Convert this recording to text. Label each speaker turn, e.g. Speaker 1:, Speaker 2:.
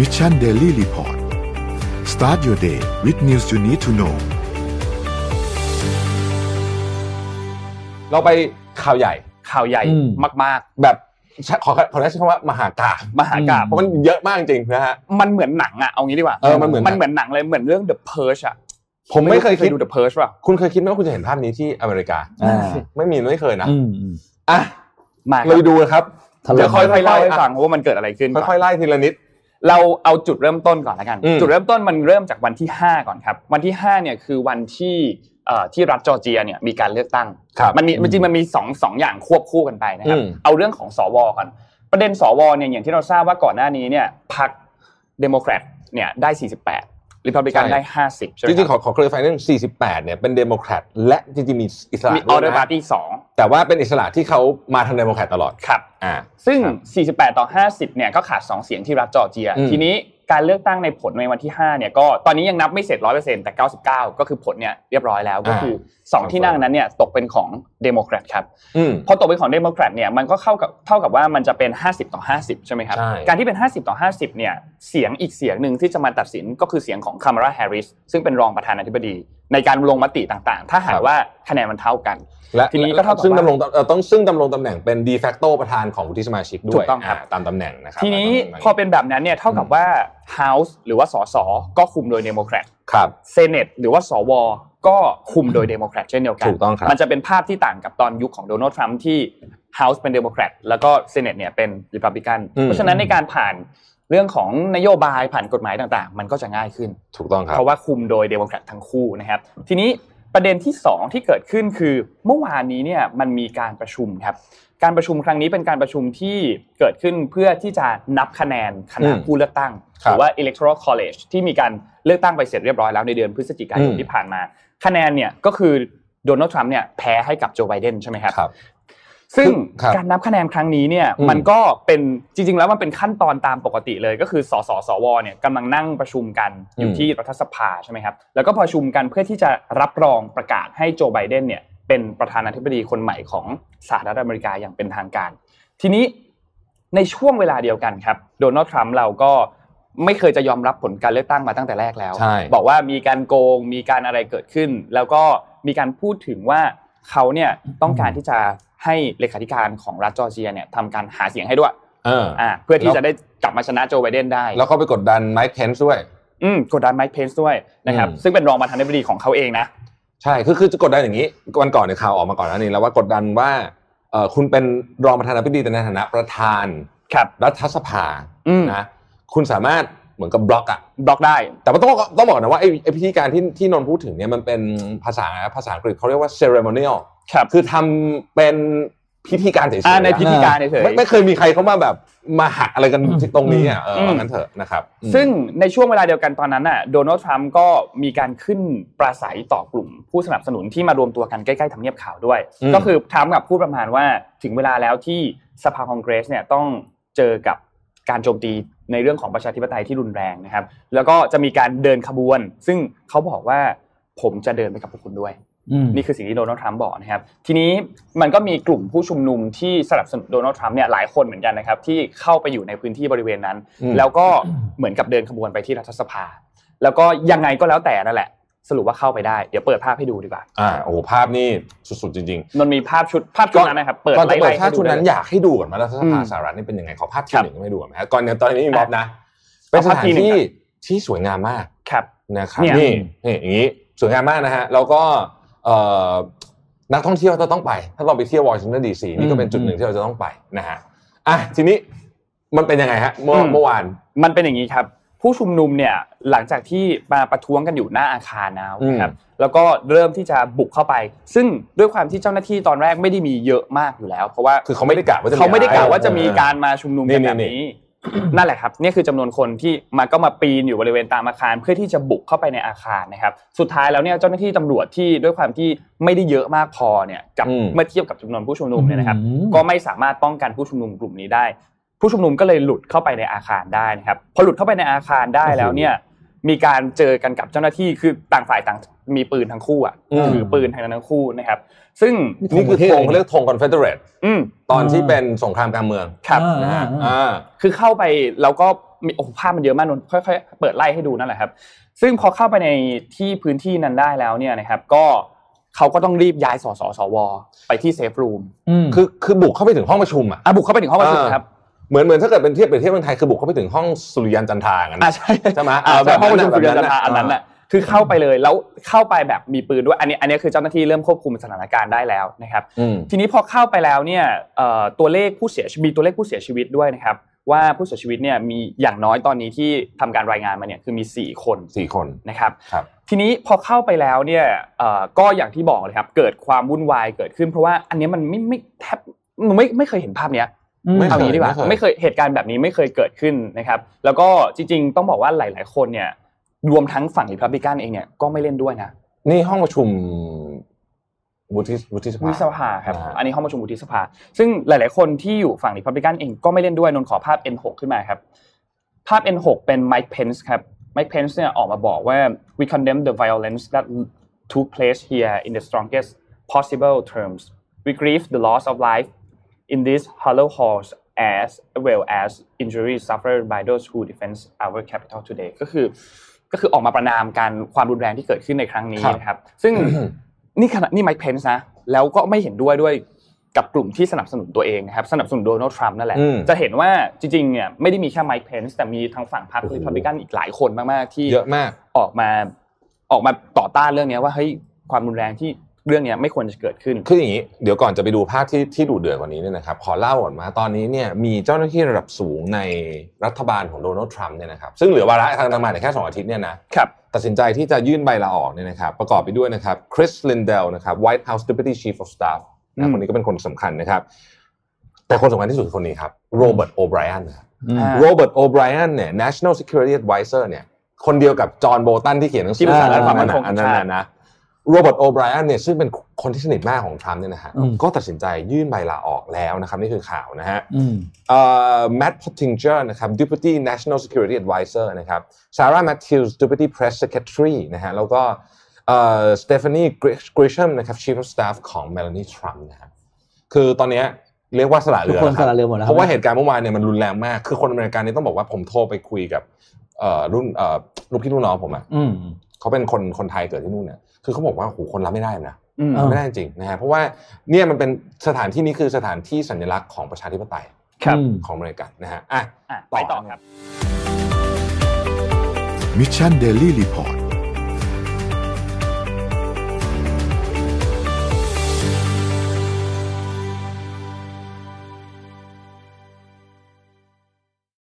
Speaker 1: Mission Daily Report start your day with news you need to know
Speaker 2: เราไปข่าวใหญ่
Speaker 3: ข่าวใหญ่
Speaker 4: อืม
Speaker 3: มาก
Speaker 2: แบบใช้ขอขอใช้คำว่ามหากาพย์
Speaker 3: ๆ มหากาพย์
Speaker 2: เพราะมันเยอะมากจริงๆนะฮะ
Speaker 3: มันเหมือนหนังอะเอางี้ดีกว่า
Speaker 2: เออมันเหมือนหนัง
Speaker 3: มันเหมือนหนังเลยเหมือนเรื่อง The Purge อะ
Speaker 2: ผมไม่เคยคิด
Speaker 3: ดู The Purge ป่ะ
Speaker 2: คุณเคยคิดไหมว่าคุณจะเห็นภาพนี้ที่อเมริกา
Speaker 4: อ่า
Speaker 2: ไม่มีไม่เคยนะ
Speaker 4: อืมอืม
Speaker 2: อ่ะ
Speaker 3: มาค
Speaker 2: เรา
Speaker 3: รับ
Speaker 2: ไปดูนะครับ
Speaker 4: ถล่ม
Speaker 2: เดี๋ยวค่อย
Speaker 3: ค่อยๆเล่าให้
Speaker 2: อ่ะ
Speaker 3: ฟังว่ามันเกิดอะไรขึ้นก่อน
Speaker 2: ค่อยๆไล่ทีละนิด
Speaker 3: เราเอาจุดเริ่มต้นก่อนละกัน
Speaker 2: อืม
Speaker 3: จุดเริ่มต้นมันเริ่มจากวันที่ 5 ก่อนครับ วันที่5เนี่ยคือวันที่เอ่อที่รัฐจอร์เจียเนี่ยมีการเลือกตั้ง
Speaker 2: ครับ
Speaker 3: มันมีจริงๆมันมีสองสองอย่างควบคู่กันไปนะครับ
Speaker 2: อืม
Speaker 3: เอาเรื่องของสวก่อน ประเด็นสวเนี่ยอย่างที่เราทราบว่าก่อนหน้านี้เนี่ยพรรคเดโมแครตเนี่ยได้ 48ริพับลิกัน
Speaker 2: ใช่
Speaker 3: ได้ 50 ใช่ไหม
Speaker 2: จริงๆ
Speaker 3: ค
Speaker 2: ข
Speaker 3: รับ
Speaker 2: อขอเคลียร์ไฟเรื่อง48เนี่ยเป็นเดโมแครตและจริงๆมีอิสระ
Speaker 3: มีอ
Speaker 2: ด้
Speaker 3: อ
Speaker 2: วย
Speaker 3: เดอร์ปา
Speaker 2: นะ
Speaker 3: ร์ตี้สอง
Speaker 2: แต่ว่าเป็นอิสระที่เขามาทางเดโมแครตตลอด
Speaker 3: ครับ
Speaker 2: อ่า
Speaker 3: ซึ่ง 48 ต่อ 50 เนี่ย ก็ขาด 2 เสียงที่รัฐจอร์เจีย
Speaker 2: อืม
Speaker 3: ทีนี้การเลือกตั้งในผลในวันที่ 5 เนี่ย ก็ตอนนี้ยังนับไม่เสร็จ 100%แต่ 99 ก็คือผลเนี่ยเรียบร้อยแล้ว ก็
Speaker 2: อ่า
Speaker 3: คือ 2 ที่นั่งนั้นเนี่ยตกเป็นของเดโมแครตครับ
Speaker 2: อืม
Speaker 3: พอตกเป็นของเดโมแครตเนี่ย มันก็เข้ากับเท่ากับว่ามันจะเป็น 50 ต่อ 50 ใช่ไหมครับ
Speaker 2: ใช่
Speaker 3: การที่เป็น 50 ต่อ 50 เนี่ย เสียงอีกเสียงหนึ่งที่จะมาตัดสินก็คือเสียงของคามาราแฮร์ริส ซึ่งเป็นรองประธานาธิบดี ในการลงมติต่างๆ ถ้าหากว่าคะแนนมันเท่ากัน
Speaker 2: และ
Speaker 3: ทีนี้ก็เท่ากับ
Speaker 2: ซึ่ง
Speaker 3: ว่า
Speaker 2: ดำรงเอ่อต้องซึ่งดำรงตำแหน่งเป็น de facto ประธานของวุฒิสมาชิกด้
Speaker 3: ถู
Speaker 2: วย
Speaker 3: กต้องครับ
Speaker 2: าตามตำแหน่งนะครับ
Speaker 3: ทีนี้
Speaker 2: ตามตำแหง
Speaker 3: พอเป็นแบบนั้นเนี่ยเท่ากับว่า House หรือว่าสสก็คุมโดยเดโมแครต
Speaker 2: ครับ
Speaker 3: เซเนตหรือว่าสวก็คุมโดยเดโมแครตเช่นเดียวกัน
Speaker 2: ถูกต้องครับ
Speaker 3: มันจะเป็นภาพที่ต่างกับตอนยุคของโดนัลด์ทรัมป์ที่ House เป็นเดโมแครตแล้วก็เซเนตเนี่ยเป็นริพับลิกัน
Speaker 2: อืม
Speaker 3: เพราะฉะนั้นในการผ่านเรื่องของนโยบายผ่านกฎหมายต่างๆ มันก็จะง่ายขึ้น
Speaker 2: ถูกต้องครับ
Speaker 3: เพราะว่าคุมโดยเดโมแครตทั้งคู่นะครับ ทีนี้ประเด็นที่ 2 ที่เกิดขึ้นคือเมื่อวานนี้เนี่ยมันมีการประชุมครับ การประชุมครั้งนี้เป็นการประชุมที่เกิดขึ้นเพื่อที่จะนับคะแนนคณะ
Speaker 2: อืม
Speaker 3: ผู้เลือกตั้ง
Speaker 2: ค
Speaker 3: ห
Speaker 2: รับ
Speaker 3: รือว่า electoral college ที่มีการเลือกตั้งไปเสร็จเรียบร้อยแล้วในเดือนพฤศจิกายน
Speaker 2: อืม
Speaker 3: ที่ผ่านมา คะแนนเนี่ยก็คือโดนัลด์ทรัมป์เนี่ยแพ้ให้กับโจไบเดนใช่ไหมครับ
Speaker 2: ครับ
Speaker 3: ซึ่ง
Speaker 2: ครับ
Speaker 3: การนับคะแนนครั้งนี้เนี่ย
Speaker 2: อืม
Speaker 3: มันก็เป็นจริง ๆ แล้วมันเป็นขั้นตอนตามปกติเลย ก็คือสสสวเนี่ยกำลังนั่งประชุมกันอ
Speaker 2: อื
Speaker 3: ยู่
Speaker 2: ม
Speaker 3: ที่รัฐสภาใช่ไหมครับแล้วก็ประชุมกันเพื่อที่จะรับรองประกาศให้โจไบเดนเนี่ยเป็นประธานาธิบดีคนใหม่ของสหรัฐอเมริกาอย่างเป็นทางการ ทีนี้ในช่วงเวลาเดียวกันครับโดนัลด์ทรัมป์เราก็ไม่เคยจะยอมรับผลการเลือกตั้งมาตั้งแต่แรกแล้ว
Speaker 2: ใช่
Speaker 3: บอกว่ามีการโกงมีการอะไรเกิดขึ้น แล้วก็มีการพูดถึงว่าเขาเนี่ยต้องการที่จะให้เลขาธิการของรัฐจอร์เจียเนี่ยทำการหาเสียงให้ด้วย
Speaker 2: เอออ
Speaker 3: อ่าเพื่อที่
Speaker 2: แล้ว
Speaker 3: จะได้กลับมาชนะโจไบเดนได้
Speaker 2: แล้วก็ไปกดดันไมค์เพนซ์ด้วย
Speaker 3: อืมกดดันไมค์เพนซ์ด้วยนะครับ
Speaker 2: อืม
Speaker 3: ซึ่งเป็นรองประธานาธิบดีของเขาเองนะ
Speaker 2: ใช่คือคือจะกดดันอย่างนี้ วันก่อนเนี่ยข่าวออกมาก่อนหน้านี้แล้วว่ากดดันว่าเอ่อคุณเป็นรองประธานาธิบดีแต่ในฐานะประธาน
Speaker 3: ครับ
Speaker 2: รัฐสภา
Speaker 3: อืม
Speaker 2: นะคุณสามารถเหมือนกับบล็อกอะ
Speaker 3: บล็อกได้
Speaker 2: แต่ว่าต้องต้องบอกนะว่าไอ้ไอ้พิธีการที่ที่นนท์พูดถึงเนี่ยมันเป็นภาษาภาษาอังกฤษเขาเรียกว่า ceremonial
Speaker 3: ครับ
Speaker 2: คือทำเป็นพิธีการเฉยๆ
Speaker 3: อ่า
Speaker 2: อะ
Speaker 3: ในพิธีการเฉยๆ
Speaker 2: ไม่ไม่เคยมีใครเข้ามาแบบมาหักอะไรกัน
Speaker 4: อืม
Speaker 2: ตรงนี้อ่ะเอออ
Speaker 3: ม
Speaker 2: ว่างั้นเถอะนะครับอืม
Speaker 3: ซึ่งในช่วงเวลาเดียวกันตอนนั้นน่ะโดนัลด์ทรัมป์ก็มีการขึ้นปราศัยต่อกลุ่ม ผู้สนับสนุนที่มารวมตัวกันใกล้ๆทำเนียบขาวด้วย
Speaker 2: อืม
Speaker 3: ก็คือทรัมป์กับพูดประมาณว่าถึงเวลาแล้วที่สภาคองเกรสเนี่ยต้องเจอกับการโจมตีในเรื่องของประชาธิปไตยที่รุนแรงนะครับ แล้วก็จะมีการเดินขบวน ซึ่งเขาบอกว่าผมจะเดินไปกับพวกคุณด้วย
Speaker 4: อืม
Speaker 3: นี่คือสิ่งที่โดนัลด์ทรัมป์บอกนะครับ ทีนี้มันก็มีกลุ่มผู้ชุมนุมที่สนับสนุนโดนัลด์ทรัมป์เนี่ยหลายคนเหมือนกันนะครับ ที่เข้าไปอยู่ในพื้นที่บริเวณนั้น
Speaker 2: อืม
Speaker 3: แล้วก็ เหมือนกับเดินขบวนไปที่รัฐสภา แล้วก็ยังไงก็แล้วแต่นั่นแหละ สรุปว่าเข้าไปได้ เดี๋ยวเปิดภาพให้ดูดีกว่า
Speaker 2: อ่าโอ้โหภาพนี่สุดๆจริง
Speaker 3: นนท์มีภาพชุดภาพชุดนั้นนะครับ เปิด
Speaker 2: ๆ ก่อนจะเปิด
Speaker 3: ไล่ๆ
Speaker 2: ภาพ
Speaker 3: ให้
Speaker 2: ชุดนั้น
Speaker 3: เลย
Speaker 2: อยากให้ดูก่อนว่ารัฐสภา
Speaker 3: อืม
Speaker 2: สหรัฐนี่เป็นยังไงขอภาพที่
Speaker 3: ครับ
Speaker 2: หนึ่งไม่ดูก่อนไหมฮะก่อนเนี่ยตอนนี้มีม็อบนะ
Speaker 3: เอา
Speaker 2: เป็นสถา
Speaker 3: ภาพ
Speaker 2: น
Speaker 3: ที่ห
Speaker 2: ที่
Speaker 3: นึ่งก่อน
Speaker 2: ที่สวยงามมาก
Speaker 3: ครับ
Speaker 2: นะครับ
Speaker 3: เนี่ย
Speaker 2: นี่นี่อย่างนี้สวยงามมากนะฮะแล้วก็เอ่อนักท่องเที่ยวจะต้องไป ถ้าเราไปเที่ยววอชิงตันดีซีนี่ก็เป็นจุดหนึ่งที่เราจะต้องไปนะฮะอ่ะทีนี้มันเป็นยังไงฮะเมื่อเมื่อวาน
Speaker 3: มันเป็นอย่างนี้ครับ ผู้ชุมนุมเนี่ยหลังจากที่มาประท้วงกันอยู่หน้าอาคารแล้วนะครับแล้วก็เริ่มที่จะบุกเข้าไป ซึ่งด้วยความที่เจ้าหน้าที่ตอนแรกไม่ได้มีเยอะมากอยู่แล้ว เพราะว่า
Speaker 2: คือเขาไม่ได้กะว่าจะ
Speaker 3: เขาไม่ได้กะว่าจะมี
Speaker 2: เออ
Speaker 3: การมาชุมนุมกันแบบ
Speaker 2: นี่
Speaker 3: นี้ นั่นแหละครับนี่คือจำนวนคนที่มาก็มาปีนอยู่บริเวณตามอาคารเพื่อที่จะบุกเข้าไปในอาคารนะครับ สุดท้ายแล้วเนี่ยเจ้าหน้าที่ตำรวจที่ด้วยความที่ไม่ได้เยอะมากพอเนี่ยกับ
Speaker 2: อืม
Speaker 3: เมื่อเทียบกับจำนวนผู้ชุมนุมเนี่ยนะครับ
Speaker 4: อืม
Speaker 3: ก็ไม่สามารถป้องกันผู้ชุมนุมกลุ่มนี้ได้ ผู้ชุมนุมก็เลยหลุดเข้าไปในอาคารได้นะครับพอหลุดเข้าไปในอาคารได้แล้วเนี่ยมีการเจอกันกับเจ้าหน้าที่คือต่างฝ่ายต่างมีปืนทั้งคู่อ่ะ
Speaker 2: อืม
Speaker 3: ถือปืนทั้งนั้นทั้งคู่นะครับ ซึ่ง
Speaker 2: นี่คือธงเขาเรียกธงคอนเฟเดเรต
Speaker 3: อืม
Speaker 2: ตอนที่เป็นสงครามกลางเมือง
Speaker 3: ครับ
Speaker 4: อ่า
Speaker 2: นะฮะอ่า
Speaker 3: คือเข้าไปแล้วก็ มีโอ้โหภาพมันเยอะมากนนท์ค่อยๆเปิดไล่ให้ดูนั่นแหละครับ ซึ่งพอเข้าไปในที่พื้นที่นั้นได้แล้วเนี่ยนะครับ ก็เขาก็ต้องรีบย้ายสสสวไปที่เซฟรูม
Speaker 2: คือคือบุกเข้าไปถึงห้องประชุมอ่ะ
Speaker 3: อ่ะบุกเข้าไปถึงห้องประชุมครับ
Speaker 2: เหมือนเหมือนถ้าเกิดเป็นเทียบเปรียบเทียบเมืองไทยคือบุกเข้าไปถึงห้องสุริยันจันทรากัน
Speaker 3: อ่ะ
Speaker 2: นะ
Speaker 3: ใช่
Speaker 2: ใช่ไหม
Speaker 3: อ่ะ
Speaker 2: แบบนั้น
Speaker 3: ห้องประชุม
Speaker 2: แบบนั้น
Speaker 3: สุริยันจันทรา
Speaker 2: อ่ะ
Speaker 3: อันนั้นแหละคือเข้าไปเลยแล้วเข้าไปแบบมีปืนด้วยอันนี้อันนี้คือเจ้าหน้าที่เริ่มควบคุมสถานการณ์ได้แล้วนะครับ
Speaker 2: อืม
Speaker 3: ทีนี้พอเข้าไปแล้วเนี่ยเอ่อตัวเลขผู้เสียชีวิตมีตัวเลขผู้เสียชีวิตด้วยนะครับ ว่าผู้เสียชีวิตเนี่ยมีอย่างน้อยตอนนี้ที่ทำการรายงานมาเนี่ยคือมี 4 คน
Speaker 2: สี่คน
Speaker 3: นะครับ
Speaker 2: ครับ
Speaker 3: ทีนี้พอเข้าไปแล้วเนี่ยเอ่อก็อย่างที่บอกเลยครับ เกิดความวุ่นวายเกิดขึ้น เพราะว่าอันเนี้ยมันไม่ไม่แทบหนูไม่ไม่เคยเห็นภาพเนี้ย
Speaker 2: ไม่
Speaker 3: เอา
Speaker 2: เคย
Speaker 3: งี้ดีกว่า
Speaker 2: ไม่
Speaker 3: ไม่
Speaker 2: เคย
Speaker 3: เคยเหตุการณ์แบบนี้ไม่เคยเกิดขึ้นนะครับ แล้วก็จริง ๆ ต้องบอกว่าหลาย ๆ คนเนี่ยรวมทั้งฝั่งริพับลิกันเองเนี่ยก็ไม่เล่นด้วยนะ
Speaker 2: นี่ห้องประชุมวุฒิวุฒิสภา
Speaker 3: วุฒิสภาครับ
Speaker 2: อ่า
Speaker 3: อันนี้ห้องประชุมวุฒิสภา ซึ่งหลาย ๆ คนที่อยู่ฝั่งริพับลิกันเองก็ไม่เล่นด้วยนนท์ขอภาพ N6 ขึ้นมาครับ ภาพ N6 เป็นไมค์เพนส์ครับไมค์เพนส์เนี่ยออกมาบอกว่า we condemn the violence that took place here in the strongest possible terms we grieve the loss of life in these hollow halls as well as injuries suffered by those who defend our capital today ก็คือก็คือออกมาประนามการความรุนแรงที่เกิดขึ้นในครั้งนี้
Speaker 2: ครับ
Speaker 3: นะครับ ซึ่ง นี่ขณะนี่ไมค์เพนส์นะ แล้วก็ไม่เห็นด้วยด้วยกับกลุ่มที่สนับสนุนตัวเองนะครับ สนับสนุนโดนัลด์ทรัมป์นั่นแหละ
Speaker 2: อืม
Speaker 3: จะเห็นว่าจริงๆเนี่ยไม่ได้มีแค่ไมค์เพนส์แต่มีทางฝั่งพรรค
Speaker 2: โอ้โห
Speaker 3: ริพับลิกันอีกหลายคนมากๆที่
Speaker 2: เยอะมาก
Speaker 3: ออกมาออกมาต่อต้านเรื่องเนี้ยว่าเฮ้ยความรุนแรงที่เรื่องเนี้ยไม่ควรจะเกิดขึ้น
Speaker 2: คืออย่างนี้เดี๋ยวก่อนจะไปดูภาพที่ที่ดูเดือดกว่านี้เนี่ยนะครับขอเล่าก่อนมาตอนนี้เนี่ยมีเจ้าหน้าที่ระดับสูงในรัฐบาลของโดนัลด์ทรัมป์เนี่ยนะครับซึ่งเหลือวาระทางทางมานเนี่ยแค่ 2 อาทิตย์เนี่ยนะครับ ตัดสินใจที่จะยื่นใบลาออกเนี่ยนะครับประกอบไปด้วยนะครับคริสลินเดลนะครับ White House Deputy Chief of Staff
Speaker 3: อื
Speaker 2: นะ
Speaker 3: ม
Speaker 2: คนนี้ก็เป็นคนสำคัญนะครับ แต่คนสำคัญที่สุดคือคนนี้ครับโรเบิร์ตโอไบรอันนะครับ
Speaker 3: อ่า
Speaker 2: โรเบิร์ตโอไบรอันเนี่ย National Security Advisor เนี่ย คนเดียวกับจอห์นโบตันที่เขียนหนังสื
Speaker 3: ที่ปรึกษาด้านความมั่นคง
Speaker 2: อันนั้น
Speaker 3: ของชาติ
Speaker 2: นะนะโรเบิร์ตโอไบรอันเนี่ยซึ่งเป็นคนที่สนิทมากของทรัมป์เนี่ยนะฮะ
Speaker 4: อืม
Speaker 2: ก็ตัดสินใจยื่นใบลาออกแล้วนะครับ นี่คือข่าวนะฮะ
Speaker 4: อืม
Speaker 2: เอ่อแมตต์พอตติงเจอร์นะครับ Deputy National Security Advisor นะครับซาร่าแมทธิวส์ Deputy Press Secretary นะฮะแล้วก็สเตฟานีกริชมนะครับ Chief of Staff ของเมลานีทรัมป์นะฮะคือตอนเนี้ยเรียกว่าสละเรือ
Speaker 4: ทุกคน
Speaker 2: แวครับ
Speaker 4: สละเรือหมดแล้ว
Speaker 2: เพราะว่าเหตุการณ์เมื่อวานเนี่ยมันรุนแรงมาก คือคนอเมริกันเนี่ยต้องบอกว่าผมโทรไปคุยกับเอ่อรุ่นเอ่อลูกพี่ลูกน้องผมอ่ะ
Speaker 4: อืม
Speaker 2: เขาเป็นคนคนไทยเกิดที่นู่นเนี่ยคือเขาบอกว่าโอ้โหคนรับไม่ได้นะ
Speaker 3: อืม
Speaker 4: เออ
Speaker 2: ไม่ได้จริงๆนะฮะเพราะว่าเนี่ยมันเป็นสถานที่นี้คือสถานที่สัญลักษณ์ของประชาธิปไตย
Speaker 3: ครับ
Speaker 4: อืม
Speaker 2: ของอเมริกันนะฮะอ่ะ
Speaker 3: อ่ะไปต่อครับ
Speaker 1: มิชชันเดลี่รีพอร์ต